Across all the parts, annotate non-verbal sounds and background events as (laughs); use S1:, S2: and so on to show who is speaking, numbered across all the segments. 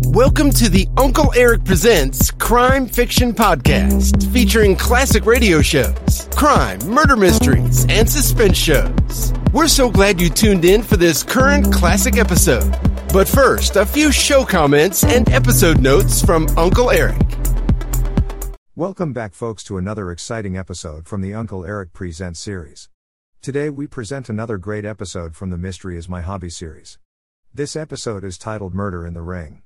S1: Welcome to the Uncle Eric Presents Crime Fiction Podcast, featuring classic radio shows, crime, murder mysteries, and suspense shows. We're so glad you tuned in for this current classic episode. But first, a few show comments and episode notes from Uncle Eric.
S2: Welcome back, folks, to another exciting episode from the Uncle Eric Presents series. Today, we present another great episode from the Mystery is My Hobby series. This episode is titled Murder in the Ring.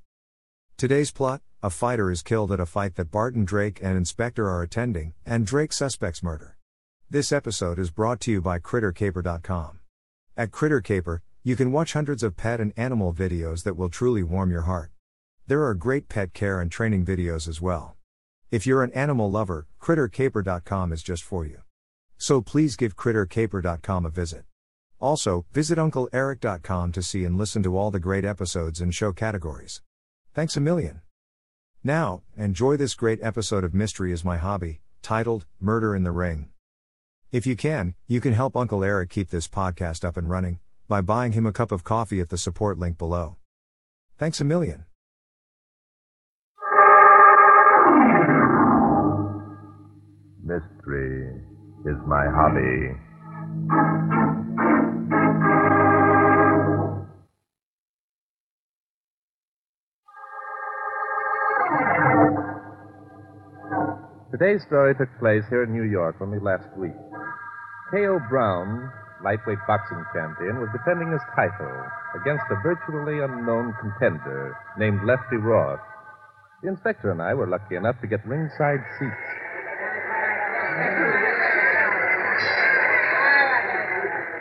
S2: Today's plot a fighter is killed at a fight that Barton Drake and Inspector are attending, and Drake suspects murder. This episode is brought to you by CritterCaper.com. At CritterCaper, you can watch hundreds of pet and animal videos that will truly warm your heart. There are great pet care and training videos as well. If you're an animal lover, CritterCaper.com is just for you. So please give CritterCaper.com a visit. Also, visit UncleEric.com to see and listen to all the great episodes and show categories. Thanks a million. Now, enjoy this great episode of Mystery is My Hobby, titled Murder in the Ring. If you can, you can help Uncle Eric keep this podcast up and running by buying him a cup of coffee at the support link below. Thanks a million.
S3: Mystery is my hobby. Today's story took place here in New York only last week. K.O. Brown, lightweight boxing champion, was defending his title against a virtually unknown contender named Lefty Ross. The inspector and I were lucky enough to get ringside seats.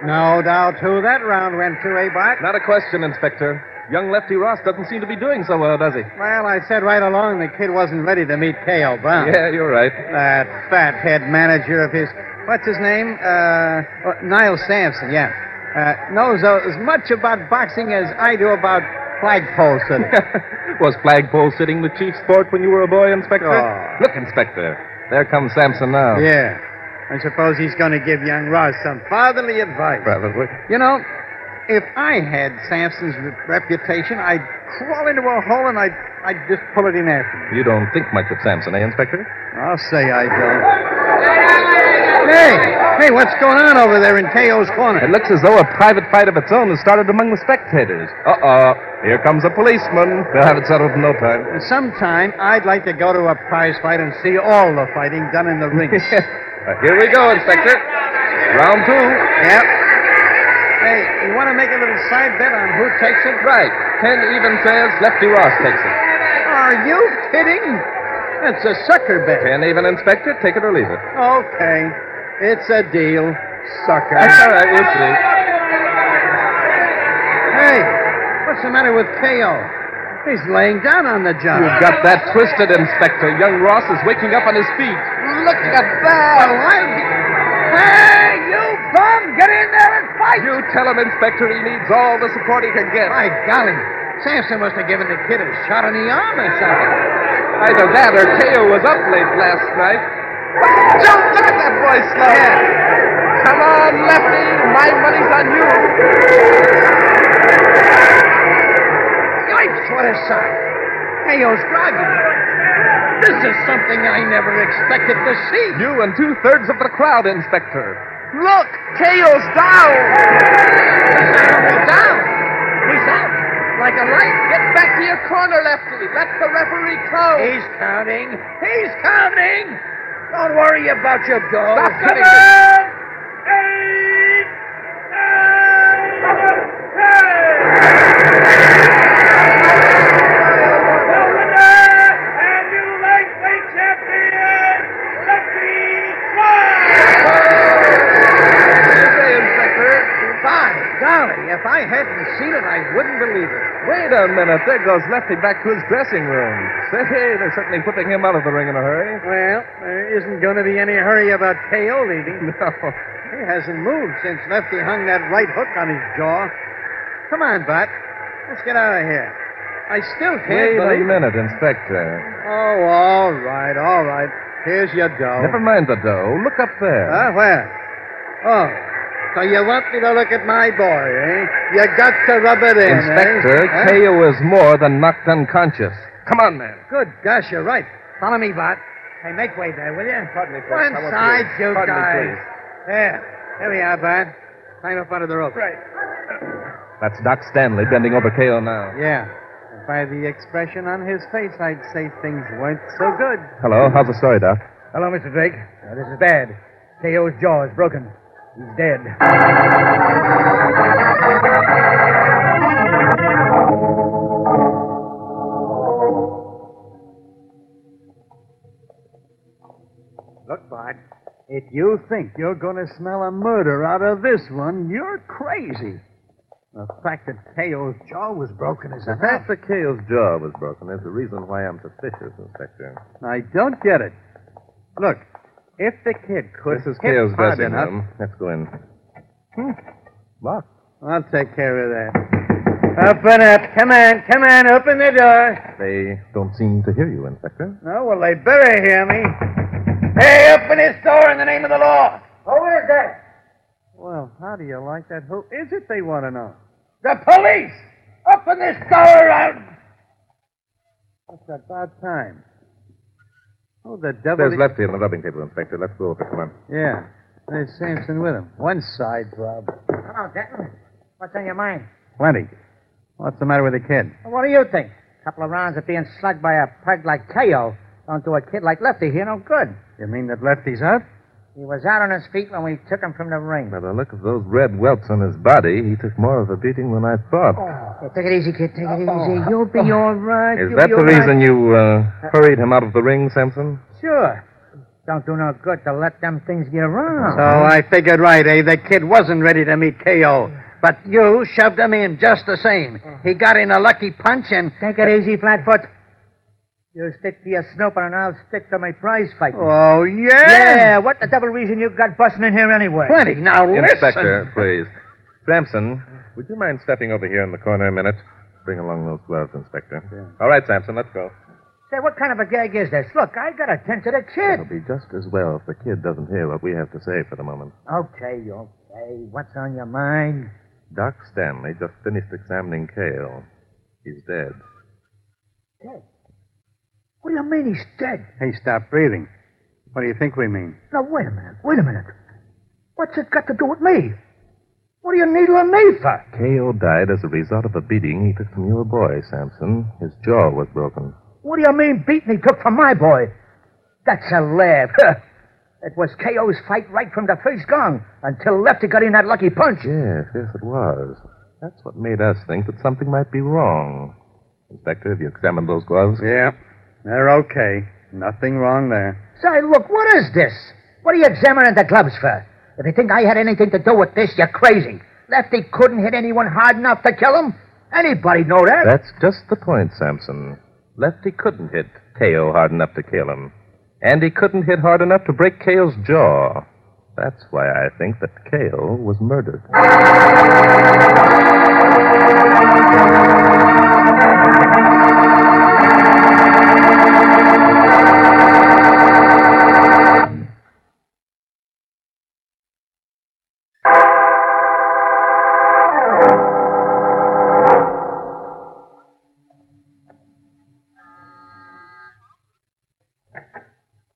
S4: No doubt who that round went to, eh, Bart?
S3: Not a question, Inspector. Young Lefty Ross doesn't seem to be doing so well, does he?
S4: Well, I said right along the kid wasn't ready to meet K.O. Brown.
S3: Yeah, you're right. (laughs)
S4: That fat head manager of his, what's his name? Uh, oh, Niall Sampson, yeah. Uh, knows uh, as much about boxing as I do about flagpole city.
S3: Was flagpole sitting the chief sport when you were a boy, Inspector?
S4: Oh.
S3: Look, Inspector, there comes Samson now.
S4: yeah. I suppose he's going to give young Ross some fatherly advice.
S3: Probably.
S4: You know, if I had Sampson's re- reputation, I'd crawl into a hole and I'd, I'd just pull it in after me.
S3: You don't think much of Samson, eh, Inspector?
S4: I'll say I don't. Hey, hey, what's going on over there in K.O.'s corner?
S3: It looks as though a private fight of its own has started among the spectators. Uh-oh. Here comes a policeman. They'll have it settled in no time. Uh,
S4: Sometime I'd like to go to a prize fight and see all the fighting done in the
S3: (laughs)
S4: rings. yep.
S3: Uh, here we go, Inspector. Round two.
S4: Hey, you want to make a little side bet on who takes it?
S3: Right. Ten even says Lefty Ross takes it.
S4: Are you kidding? That's a sucker bet.
S3: Ten even, Inspector. Take it or leave it.
S4: Okay. It's a deal,
S3: That's
S4: sucker.
S3: all right. We'll see.
S4: hey, what's the matter with K.O.? He's laying down on the job.
S3: You've got that twisted, Inspector. Young Ross is waking up on his feet.
S4: Look at that. Hey, you bum! Get in there and fight!
S3: You tell him, Inspector, he needs all the support he can get.
S4: My golly. Samson must have given the kid a shot in the arm or something.
S3: Either that or K.O. was up late last night. Jump! Look at that boy, Slow. Come on, Lefty. My money's on you.
S4: Yipes, what a sight. Ayo's groggy. This is something I never expected to see.
S3: You and two thirds of the crowd, Inspector.
S4: Look,
S3: K.O.'s down.
S4: he's down. He's out. Like a light. Get back to your corner, Lefty. Let the referee count. He's counting. He's counting. Don't worry about your goal. (laughs)
S3: Stop hitting What do you say, Inspector?
S4: By golly, if I hadn't seen it, I wouldn't believe it.
S3: Wait a minute. There goes Lefty back to his dressing room. Say, they're certainly whipping him out of the ring in a hurry.
S4: Well, there isn't going to be any hurry about KO leaving.
S3: (laughs) No.
S4: He hasn't moved since Lefty hung that right hook on his jaw. Come on, Bart. Let's get out of here. I still can't
S3: Wait a
S4: believe.
S3: minute, Inspector.
S4: Oh, all right, all right. Here's your dough. Ah,
S3: Never mind the dough. Look up there.
S4: Huh? Where? Oh. So you want me to look at my boy, eh? You got to rub it in,
S3: Inspector,
S4: eh? Huh?
S3: K.O. is more than knocked unconscious. Come on, man.
S4: Good gosh, you're right. Follow me, Bart. Hey, make way there, will you?
S3: Pardon me, folks.
S4: Go
S3: I won't
S4: inside,
S3: be-
S4: you
S3: pardon me,
S4: guys.
S3: please.
S4: there. There we are, Bart. Climb up under the rope. Right.
S3: That's Doc Stanley bending over K.O. now.
S4: Yeah. And By the expression on his face, I'd say things weren't so good.
S3: Hello, how's the story, Doc?
S4: Hello, Mr. Drake. Uh, this is bad. K.O.'s jaw is broken. He's dead. Look, Bart. If you think you're going to smell a murder out of this one, you're crazy. The fact that K.O.'s jaw was broken is enough.
S3: that K.O.'s jaw was broken is the reason why I'm suspicious, Inspector.
S4: I don't get it. Look, if the kid could
S3: This is
S4: hit
S3: K.O.'s
S4: hard
S3: dressing
S4: enough,
S3: room. Let's go in. Hmm. Locked.
S4: I'll take care of that. Open up. Come on, come on, open the door.
S3: They don't seem to hear you, Inspector.
S4: No, well, they better hear me. Hey, open this door in the name of the law. Who is that? Well, how do you like that? Who is it they want to know? The police! Open this door out! It's about time. Oh, the devil.
S3: There's Lefty on the rubbing table, Inspector. Let's go over. Come on.
S4: Yeah. There's Sampson with him. One side problem.
S5: Hello, Denton. What's on your mind?
S4: Plenty. What's the matter with the kid?
S5: What do you think? A couple of rounds of being slugged by a pug like Teo don't do a kid like Lefty here no good.
S4: You mean that Lefty's out?
S5: He was out on his feet when we took him from the ring.
S3: By the look of those red welts on his body, he took more of a beating than I thought.
S5: Hey, take it easy, kid. Take it
S4: Oh.
S5: easy. You'll be all right.
S3: Is
S5: You'll
S3: that
S5: be
S3: the
S5: all right.
S3: reason you uh, hurried him out of the ring, Sampson?
S5: Sure. Don't do no good to let them things get
S6: Uh-huh.
S5: around.
S4: So Oh, I figured right, eh? The kid wasn't ready to meet K.O. But you shoved him in just the same. He got in a lucky punch and.
S5: Take it easy, Flatfoot. You stick to your snooper, and I'll stick to my prize fight.
S4: Oh, yeah.
S5: yeah, what the devil reason you got busting in here anyway?
S4: Plenty. Now listen.
S3: Inspector, please. Sampson, would you mind stepping over here in the corner a minute? Bring along those gloves, Inspector. All right, Sampson, let's go.
S5: Say, what kind of a gag is this? Look, I got to tend to the kid.
S3: It'll be just as well if the kid doesn't hear what we have to say for the moment.
S5: Okay, okay. What's on your mind?
S3: Doc Stanley just finished examining Kale. He's dead.
S5: Dead. What do you mean he's dead?
S4: He stopped breathing. What do you think we mean?
S5: Now, wait a minute. Wait a minute. What's it got to do with me? What are you needling me for?
S3: K.O. died as a result of a beating he took from your boy, Sampson. His jaw was broken.
S5: What do you mean beating he took from my boy? That's a laugh. (laughs) it was KO's fight right from the first gong until Lefty got in that lucky punch.
S3: Yes, yes, it was. That's what made us think that something might be wrong. Inspector, have you examined those gloves?
S4: Yeah. They're okay. Nothing wrong there.
S5: Say, look, what is this? What are you examining the gloves for? If you think I had anything to do with this, you're crazy. Lefty couldn't hit anyone hard enough to kill him. Anybody know that?
S3: That's just the point, Sampson. Lefty couldn't hit K.O. hard enough to kill him. And he couldn't hit hard enough to break K.O.'s jaw. That's why I think that K.O. was murdered.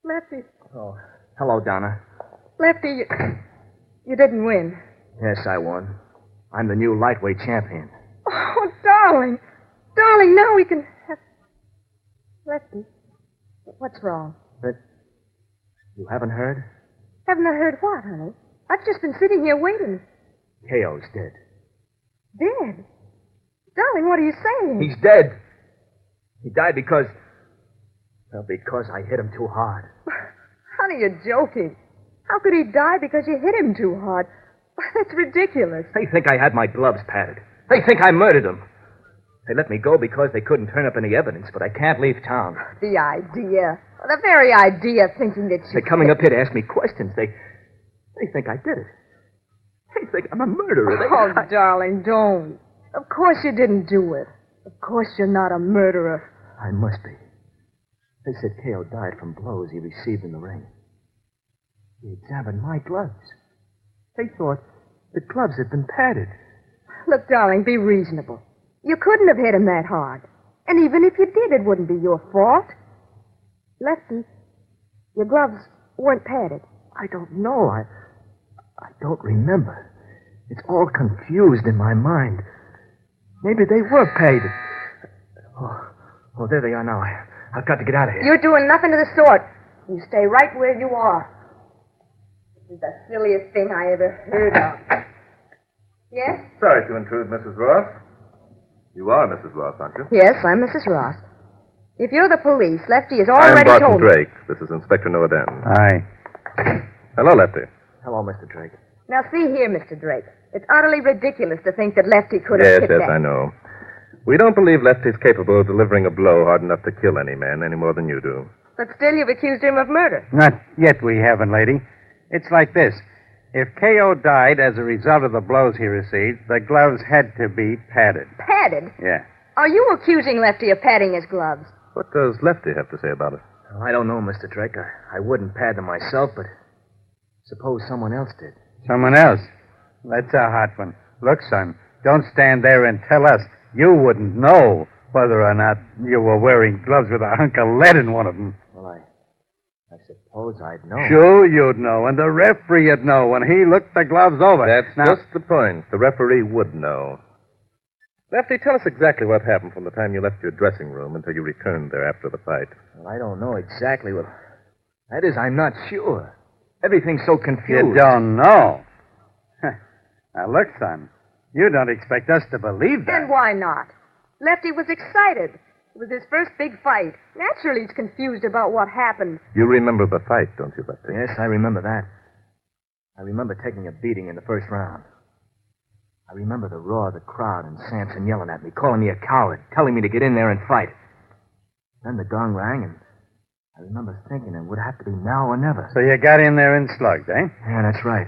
S6: Lefty,
S7: Oh, hello, Donna.
S6: Lefty, you, you didn't win.
S7: Yes, I won. I'm the new lightweight champion.
S6: Oh, darling, darling, now we can have. Lefty, what's wrong?
S7: But you haven't heard?
S6: Haven't I heard what, honey? I've just been sitting here waiting.
S7: KO's dead.
S6: Dead, darling. What are you saying?
S7: He's dead. He died because. Well, because I hit him too hard.
S6: Honey, you're joking. How could he die because you hit him too hard? (laughs) That's ridiculous.
S7: They think I had my gloves padded. They think I murdered him. They let me go because they couldn't turn up any evidence, but I can't leave town.
S6: The idea, the very idea, of thinking that you.
S7: They're coming up here to ask me questions. They. They think I did it. They think I'm a murderer. They-
S6: (laughs) Oh, darling, don't. Of course you didn't do it. Of course you're not a murderer.
S7: I must be. They said Kale died from blows he received in the ring. He examined my gloves. They thought
S8: The gloves had been padded.
S6: Look, darling, be reasonable. You couldn't have hit him that hard. And even if you did, it wouldn't be your fault. Lefty, your gloves weren't padded.
S8: I don't know. I, I don't remember. It's all confused in my mind. Maybe they were padded. Oh, oh there they are now. I, I've got to get out of here.
S6: You're doing nothing of the sort. You stay right where you are. This is the silliest thing I ever heard of. Yes?
S5: Sorry to intrude, Mrs. Ross. You are Mrs. Ross, aren't you?
S6: Yes, I'm Mrs. Ross. If you're the police, Lefty has already
S5: I am Barton
S6: told me.
S5: Drake. This is Inspector Noadan.
S8: Aye.
S5: Hello, Lefty.
S8: Hello, Mr. Drake.
S6: Now, see here, Mr. Drake. It's utterly ridiculous to think that Lefty could have
S5: Yes,
S6: hit
S5: yes,
S6: that.
S5: I know. We don't believe Lefty's capable of delivering a blow hard enough to kill any man any more than you do.
S6: But still, you've accused him of murder.
S9: Not yet, we haven't, lady. It's like this. If K.O. died as a result of the blows he received, the gloves had to be padded.
S6: Padded?
S9: Yeah.
S6: Are you accusing Lefty of padding his gloves?
S5: What does Lefty have to say about it?
S8: Well, I don't know, Mr. Drake. I, I wouldn't pad them myself, but suppose someone else did.
S9: Someone else. That's a hot one. Look, son, don't stand there and tell us you wouldn't know whether or not you were wearing gloves with a hunk of lead in one of them.
S8: Well, I, I suppose I'd know.
S9: Sure you'd know, and the referee'd know when he looked the gloves over.
S5: That's
S9: now,
S5: just the point. The referee would know. Lefty, tell us exactly what happened from the time you left your dressing room until you returned there after the fight.
S8: Well, I don't know exactly what. That is, I'm not sure. Everything's so confused.
S9: You don't know. (laughs) now, look, son, you don't expect us to believe that.
S6: Then why not? Lefty was excited. It was his first big fight. Naturally, he's confused about what happened.
S5: You remember the fight, don't you, Lefty?
S8: Yes, I remember that. I remember taking a beating in the first round. I remember the roar of the crowd and Sampson yelling at me, calling me a coward, telling me to get in there and fight. Then the gong rang, and I remember thinking it would have to be now or never.
S9: So you got in there and slugged, eh?
S8: Yeah, that's right.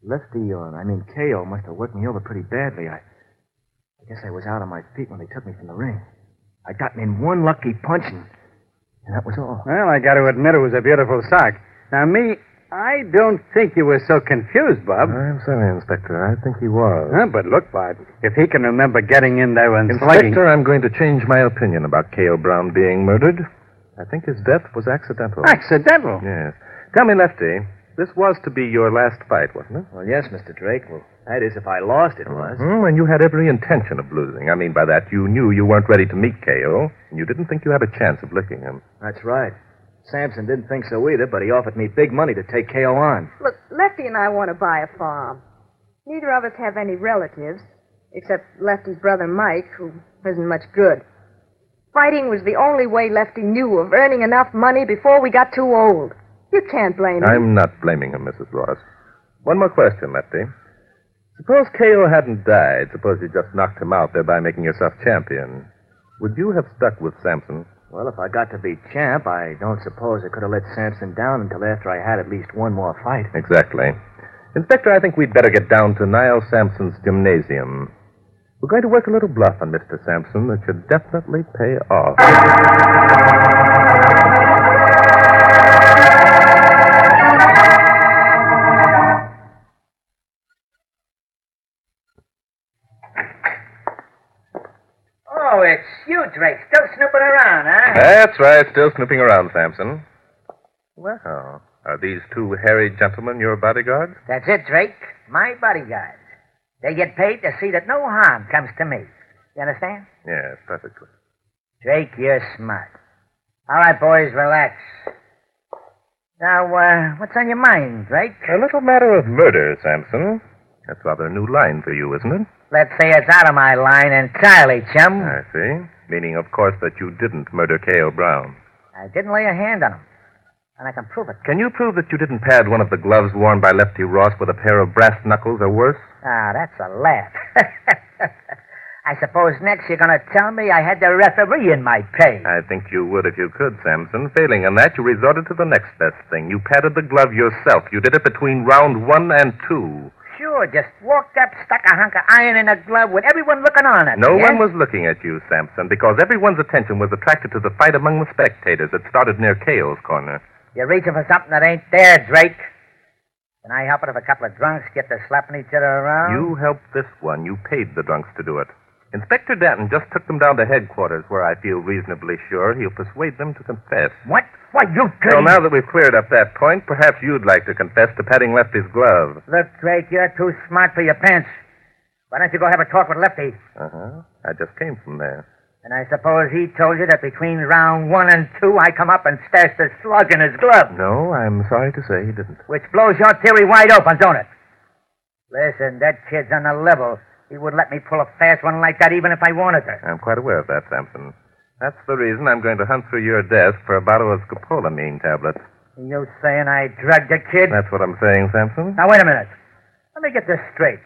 S8: Lefty, or I mean KO, must have worked me over pretty badly. I, I guess I was out on my feet when they took me from the ring. I got in one lucky punch, and, and that was all.
S9: Well, I got to admit it was a beautiful sock. Now, me, I don't think you were so confused, Bob.
S5: I'm sorry, Inspector. I think he was.
S9: Huh, but look, Bob, if he can remember getting in there and slugging.
S5: Inspector, I'm going to change my opinion about K.O. Brown being murdered. I think his death was accidental.
S9: Accidental.
S5: Yes. Tell me, Lefty, this was to be your last fight, wasn't it?
S8: Well, yes, Mr. Drake. Well, that is, if I lost, it was.
S5: Hmm, and you had every intention of losing. I mean by that, you knew you weren't ready to meet K.O., and you didn't think you had a chance of licking him.
S8: That's right. Sampson didn't think so either, but he offered me big money to take KO on.
S6: Look, Lefty and I want to buy a farm. Neither of us have any relatives, except Lefty's brother Mike, who isn't much good. Fighting was the only way Lefty knew of earning enough money before we got too old. You can't blame him.
S5: I'm not blaming him, Mrs. Ross. One more question, Lefty. Suppose K.O. hadn't died. Suppose you just knocked him out, thereby making yourself champion. Would you have stuck with Sampson?
S8: Well, if I got to be champ, I don't suppose I could have let Sampson down until after I had at least one more fight.
S5: Exactly. Inspector, I think we'd better get down to Niall Sampson's gymnasium. We're going to work a little bluff on Mr. Sampson that should definitely pay off.
S4: Oh, it's you, Drake. Still snooping around, huh?
S5: That's right, still snooping around, Sampson. Well, are these two hairy gentlemen your bodyguards?
S4: That's it, Drake. My bodyguards. They get paid to see that no harm comes to me. You understand?
S5: Yes, perfectly.
S4: Drake, you're smart. All right, boys, relax. Now, uh, what's on your mind, Drake?
S5: A little matter of murder, Sampson. That's rather a new line for you, isn't it?
S4: Let's say it's out of my line entirely, chum.
S5: I see. Meaning, of course, that you didn't murder K.O. Brown.
S4: I didn't lay a hand on him. And I can prove it.
S5: Can you prove that you didn't pad one of the gloves worn by Lefty Ross with a pair of brass knuckles or worse?
S4: Ah, that's a laugh. (laughs) I suppose next you're going to tell me I had the referee in my pay.
S5: I think you would if you could, Sampson. Failing in that, you resorted to the next best thing. You patted the glove yourself. You did it between round one and two.
S4: Sure, just walked up, stuck a hunk of iron in a glove with everyone looking on at
S5: No
S4: me,
S5: one
S4: eh?
S5: was looking at you, Sampson, because everyone's attention was attracted to the fight among the spectators that started near Kale's corner.
S4: You're reaching for something that ain't there, Drake. Then I hop out of a couple of drunks, get to slapping each other around.
S5: You helped this one. You paid the drunks to do it. Inspector Danton just took them down to headquarters, where I feel reasonably sure he'll persuade them to confess.
S4: What? Why, you dirty...
S5: So now that we've cleared up that point, perhaps you'd like to confess to patting Lefty's glove.
S4: Look, Drake, you're too smart for your pants. Why don't you go have a talk with Lefty?
S5: Uh huh. I just came from there.
S4: And I suppose he told you that between round one and two, I come up and stash the slug in his glove,
S5: No, I'm sorry to say he didn't.
S4: which blows your theory wide open, don't it? Listen, that kid's on the level. He would let me pull a fast one like that even if I wanted to.
S5: I'm quite aware of that, Sampson. That's the reason I'm going to hunt through your desk for a bottle of scopolamine tablets.
S4: You saying I drugged the kid?
S5: That's what I'm saying, Sampson.
S4: Now, wait a minute. Let me get this straight.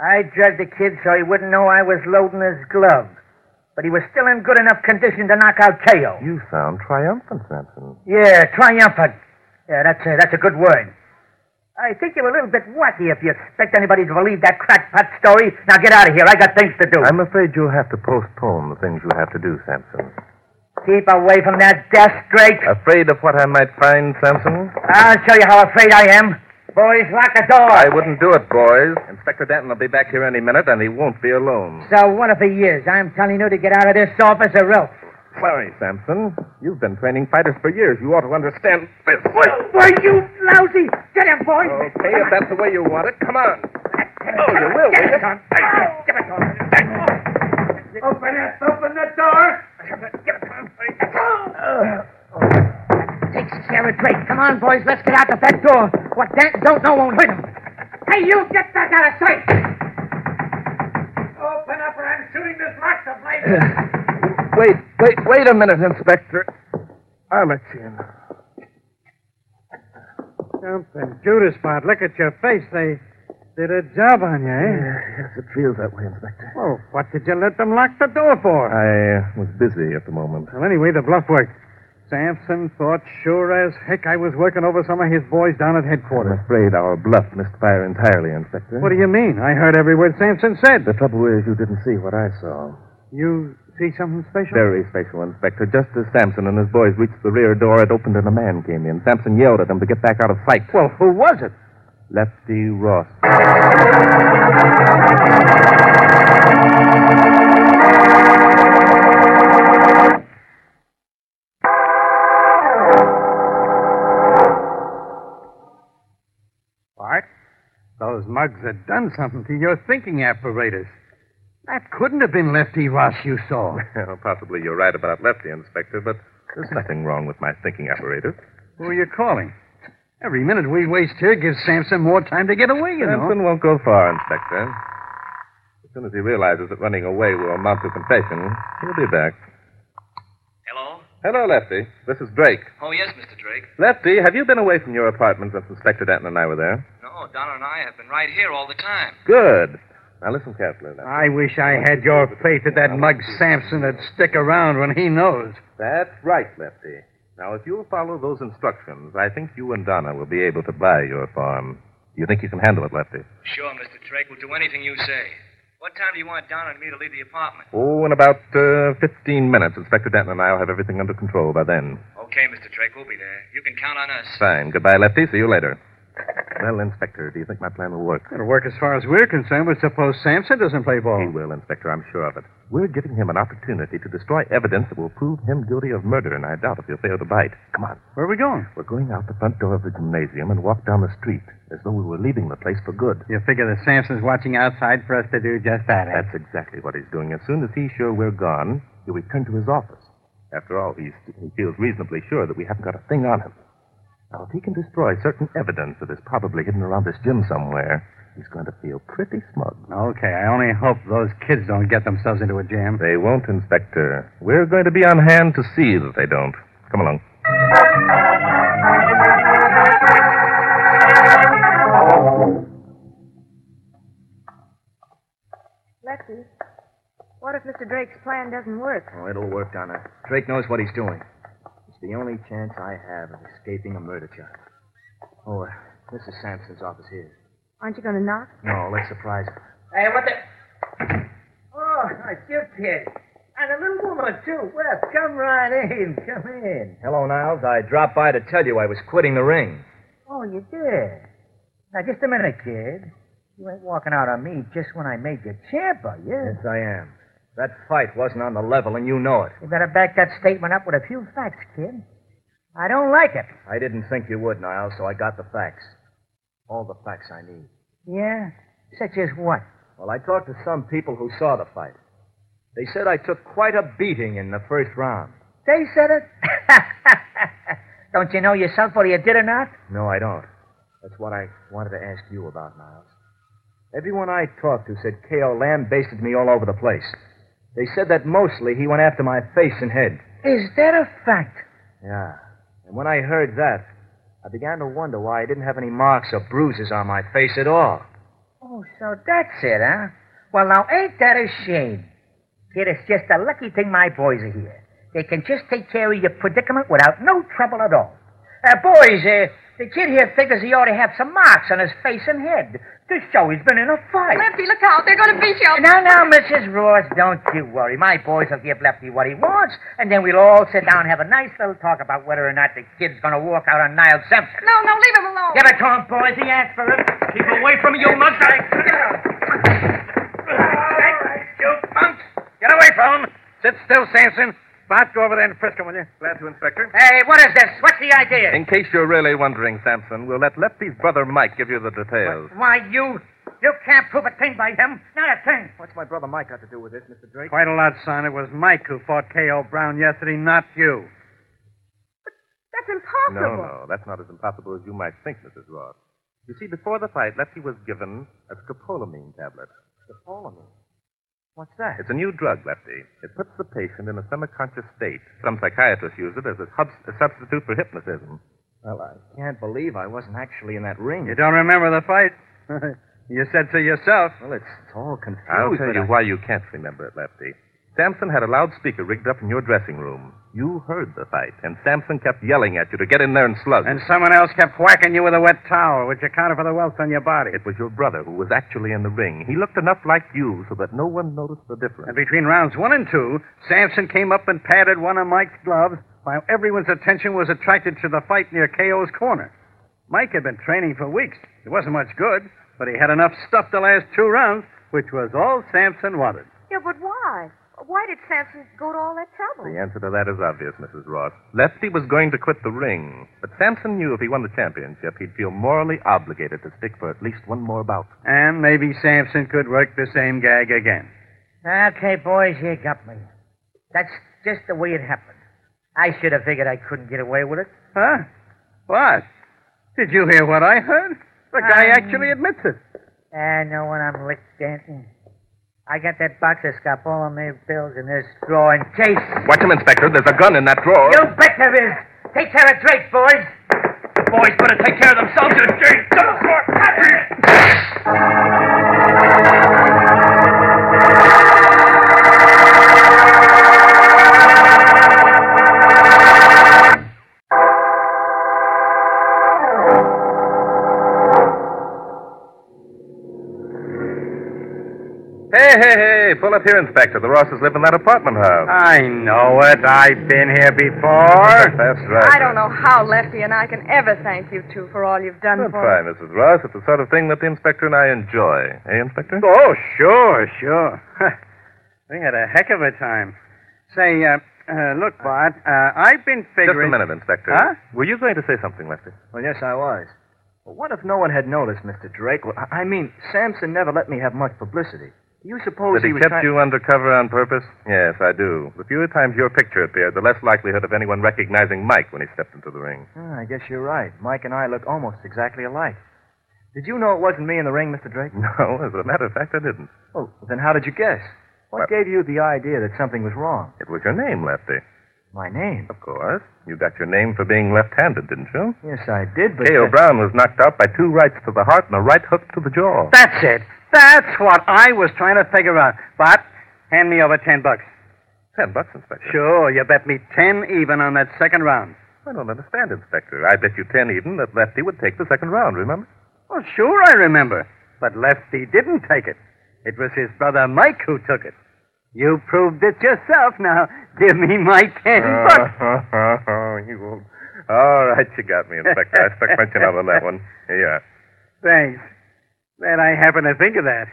S4: I drugged the kid so he wouldn't know I was loading his glove. But he was still in good enough condition to knock out KO.
S5: You sound triumphant, Sampson.
S4: Yeah, triumphant. Yeah, that's a, that's a good word. I think you're a little bit wacky if you expect anybody to believe that crackpot story. Now get out of here. I got things to do.
S5: I'm afraid you'll have to postpone the things you have to do, Sampson.
S4: Keep away from that desk, Drake.
S5: Afraid of what I might find, Sampson?
S4: I'll show you how afraid I am. Boys, lock the door.
S5: I wouldn't do it, boys. Inspector Danton will be back here any minute, and he won't be alone.
S4: So what if he is? I'm telling you to get out of this office or else.
S5: Sorry, Sampson. You've been training fighters for years. You ought to understand this.
S4: Why, you lousy? Get him, boy.
S5: Okay, if that's the way you want it, come on.
S4: Oh,
S5: you will,
S4: Get
S5: will
S4: it, Tom. Give it, Tom. Open it. Open the door. Give it, Tom. That Takes care of Drake. Come on, boys. Let's get out the back door. What Danton don't know won't hurt him. Hey, you get back out of sight. Open up or I'm shooting this lock to blame.
S5: Wait, wait, wait a minute, Inspector. I'll let you in.
S9: Something. Judas Spot, look at your face. They did a job on you, eh?
S5: Yes, it feels that way, Inspector.
S9: Well, what did you let them lock the door for?
S5: I uh, was busy at the moment.
S9: Well, anyway, the bluff worked. Sampson thought sure as heck I was working over some of his boys down at
S5: I'm
S9: headquarters.
S5: afraid our bluff missed fire entirely, Inspector.
S9: What do you mean? I heard every word Sampson said.
S5: The trouble is, you didn't see what I saw.
S9: You see something special?
S5: Very special, Inspector. Just as Sampson and his boys reached the rear door, it opened and a man came in. Sampson yelled at him to get back out of sight.
S9: Well, who was it?
S5: Lefty Ross.
S9: Bart, those mugs had done something to your thinking apparatus. That couldn't have been Lefty Ross you (laughs) saw.
S5: Well, possibly you're right about Lefty, Inspector, but there's nothing wrong with my thinking apparator.
S9: Who are you calling? Every minute we waste here gives Sampson more time to get away, you know.
S5: Sampson won't go far, Inspector. As soon as he realizes that running away will amount to confession, he'll be back.
S10: Hello?
S5: Hello, Lefty. This is Drake.
S10: Oh, yes, Mr. Drake.
S5: Lefty, have you been away from your apartment since Inspector Denton and I were there?
S10: No, Donna and I have been right here all the time.
S5: Good. Now listen carefully, Lefty.
S9: I wish I had your faith that that mug Sampson would stick around when he knows.
S5: That's right, Lefty. Now, if you'll follow those instructions, I think you and Donna will be able to buy your farm. You think you can handle it, Lefty?
S10: Sure, Mr. Drake. We'll do anything you say. What time do you want Donna and me to leave the apartment?
S5: Oh, in about uh, 15 minutes, Inspector Denton and I will have everything under control by then.
S10: Okay, Mr. Drake. We'll be there. You can count on us.
S5: Fine. Goodbye, Lefty. See you later. Well, Inspector, do you think my plan will work?
S9: It'll work as far as we're concerned, but suppose Sampson doesn't play
S5: He
S9: ball.
S5: will, Inspector. I'm sure of it. We're giving him an opportunity to destroy evidence that will prove him guilty of murder, and I doubt if he'll fail to bite. Come on.
S9: Where are we going?
S5: We're going out the front door of the gymnasium and walk down the street as though we were leaving the place for good.
S9: You figure that Sampson's watching outside for us to do just that, eh?
S5: That's exactly what he's doing. As soon as he's sure we're gone, he'll return to his office. After all, he's, he feels reasonably sure that we haven't got a thing on him. Now, if he can destroy certain evidence that is probably hidden around this gym somewhere, he's going to feel pretty smug.
S9: Okay, I only hope those kids don't get themselves into a jam.
S5: They won't, Inspector. We're going to be on hand to see that they don't. Come along.
S6: Lefty, what if Mr. Drake's plan doesn't work?
S8: Oh, it'll work, Donna. Drake knows what he's doing. It's the only chance I have of escaping a murder charge. Oh, uh, this is Sampson's office here.
S6: Aren't you going to knock?
S8: No, let's surprise him.
S4: Hey, what the? Oh, a you kid. And a little woman, too. Well, come right in. Come in.
S8: Hello, Niles. I dropped by to tell you I was quitting the ring.
S4: Oh, you did? Now, just a minute, kid. You ain't walking out on me just when I made you champ, are you?
S11: Yes, I am. That fight wasn't on the level, and you know it.
S4: You better back that statement up with a few facts, kid. I don't like it.
S11: I didn't think you would, Niles, so I got the facts. All the facts I need.
S4: Yeah? Such as what?
S11: Well, I talked to some people who saw the fight. They said I took quite a beating in the first round.
S4: They said it? (laughs) don't you know yourself whether you did or not?
S11: No, I don't. That's what I wanted to ask you about, Miles. Everyone I talked to said K.O. lambasted me all over the place. They said that mostly he went after my face and head.
S4: Is that a fact?
S11: Yeah. And when I heard that, I began to wonder why I didn't have any marks or bruises on my face at all.
S4: Oh, so that's it, huh? Well, now, ain't that a shame? Kid, it's just a lucky thing my boys are here. They can just take care of your predicament without no trouble at all. Uh, boys, uh, the kid here figures he ought to have some marks on his face and head to show he's been in a fight.
S6: Lefty, look out. They're going to beat you.
S4: Now, now, Mrs. Ross, don't you worry. My boys will give Lefty what he wants, and then we'll all sit down and have a nice little talk about whether or not the kid's going to walk out on Niles Simpson.
S6: No, no, leave him alone.
S4: Give it to him, boys. He asked for it.
S12: Keep away from me, you monster!
S4: You punk! Get away from him!
S5: Sit still, Sanson. Bart, go over there and frisk him, will you? Glad to, Inspector.
S4: Hey, what is this? What's the idea?
S5: In case you're really wondering, Sampson, we'll let Lefty's brother Mike give you the details.
S4: Why, you. You can't prove a thing by him. Not a thing.
S5: What's my brother Mike got to do with this, Mr. Drake?
S10: Quite a lot, son. It was Mike who fought K.O. Brown yesterday, not you.
S6: That's
S5: No,
S6: impossible.
S5: no, that's not as impossible as you might think, Mrs. Ross. You see, before the fight, Lefty was given a scopolamine tablet. Scopolamine?
S11: What's that?
S5: It's a new drug, Lefty. It puts the patient in a semiconscious state. Some psychiatrists use it as a, hub- a substitute for hypnotism.
S11: Well, I can't believe I wasn't actually in that ring.
S10: You don't remember the fight? (laughs) you said so yourself.
S11: Well, it's, it's all confused.
S5: I'll tell
S11: but
S5: you
S11: I-
S5: why you can't remember it, Lefty. Sampson had a loudspeaker rigged up in your dressing room. You heard the fight, and Sampson kept yelling at you to get in there and slug.
S10: And someone else kept whacking you with a wet towel, which accounted for the welts on your body.
S5: It was your brother who was actually in the ring. He looked enough like you so that no one noticed the
S10: And
S5: difference.
S10: between rounds one and two, Sampson came up and patted one of Mike's gloves while everyone's attention was attracted to the fight near KO's corner. Mike had been training for weeks. It wasn't much good, but he had enough stuff to last two rounds, which was all Sampson wanted.
S6: Yeah, but why? Why did Sampson go to all that trouble?
S5: The answer to that is obvious, Mrs. Ross. Lefty was going to quit the ring, but Sampson knew if he won the championship, he'd feel morally obligated to stick for at least one more bout.
S10: And maybe Sampson could work the same gag again.
S4: Okay, boys, you got me. That's just the way it happened. I should have figured I couldn't get away with it.
S10: Huh? What? Did you hear what I heard? The guy
S4: Um,
S10: actually admits it.
S4: I know when I'm licked dancing. I got that box that's got all of my bills in this drawer in case.
S5: Watch him, Inspector. There's a gun in that drawer.
S4: You bet there is. Take care of Drake, boys.
S12: Boys better take care of themselves, you dirty double fork.
S5: Hey, hey, hey. Pull up here, Inspector. The Rosses live in that apartment house.
S10: I know it. I've been here before.
S5: (laughs) That's right.
S6: I don't know how Lefty and I can ever thank you two for all you've done
S5: That's
S6: for
S5: fine,
S6: us.
S5: Mrs. Ross. It's the sort of thing that the inspector and I enjoy. Eh, Inspector?
S10: Oh, sure, sure. (laughs) we had a heck of a time. Say, uh, uh, look, Bart, uh, I've been
S5: Just
S10: figuring.
S5: a minute, Inspector.
S10: Huh?
S5: Were you going to say something, Lefty?
S11: Well, yes, I was. But what if no one had noticed, Mr. Drake? Well, I I mean, Sampson never let me have much publicity. Do you suppose
S5: That he,
S11: was
S5: kept
S11: trying-
S5: you undercover on purpose? Yes, I do. The fewer times your picture appeared, the less likelihood of anyone recognizing Mike when he stepped into the ring. (laughs)
S11: Ah, I guess you're right. Mike and I look almost exactly alike. Did you know it wasn't me in the ring, Mr. Drake?
S5: No, as a matter of fact, I didn't.
S11: Oh, then how did you guess? What
S5: Well-
S11: gave you the idea that something was wrong?
S5: It was your name, Lefty.
S11: My name.
S5: Of course. You got your name for being left-handed, didn't you?
S11: Yes, I did, but.
S5: K.O. Brown was knocked out by two rights to the heart and a right hook to the jaw.
S10: That's it. That's what I was trying to figure out. Bart, hand me over ten bucks.
S5: Ten bucks, Inspector.
S10: Sure, you bet me ten even on that second round.
S5: I don't understand, Inspector. I bet you ten even that Lefty would take the second round, remember?
S10: Well, sure, I remember. But Lefty didn't take it. It was his brother Mike who took it. You proved it yourself. Now, give me my
S5: (laughs)
S10: ten
S5: Uh,
S10: bucks.
S5: you old... All right, you got me, Inspector. I stuck my chin out on that one. Here you are.
S4: Thanks. Glad I happened to think of that.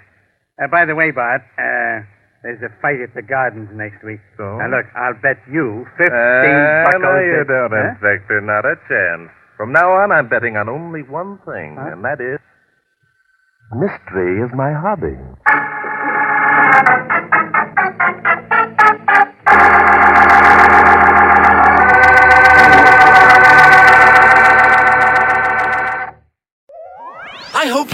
S4: Uh, by the way, Bart, uh, there's a fight at the gardens next week. So? Now, look, I'll bet you 15
S5: Ah,
S4: buckles.
S5: no, you
S4: that-
S5: don't,
S4: Huh?
S5: Inspector. Not a chance. From now on, I'm betting on only one thing,
S4: Huh?
S5: and that is. Mystery is my hobby.
S1: I hope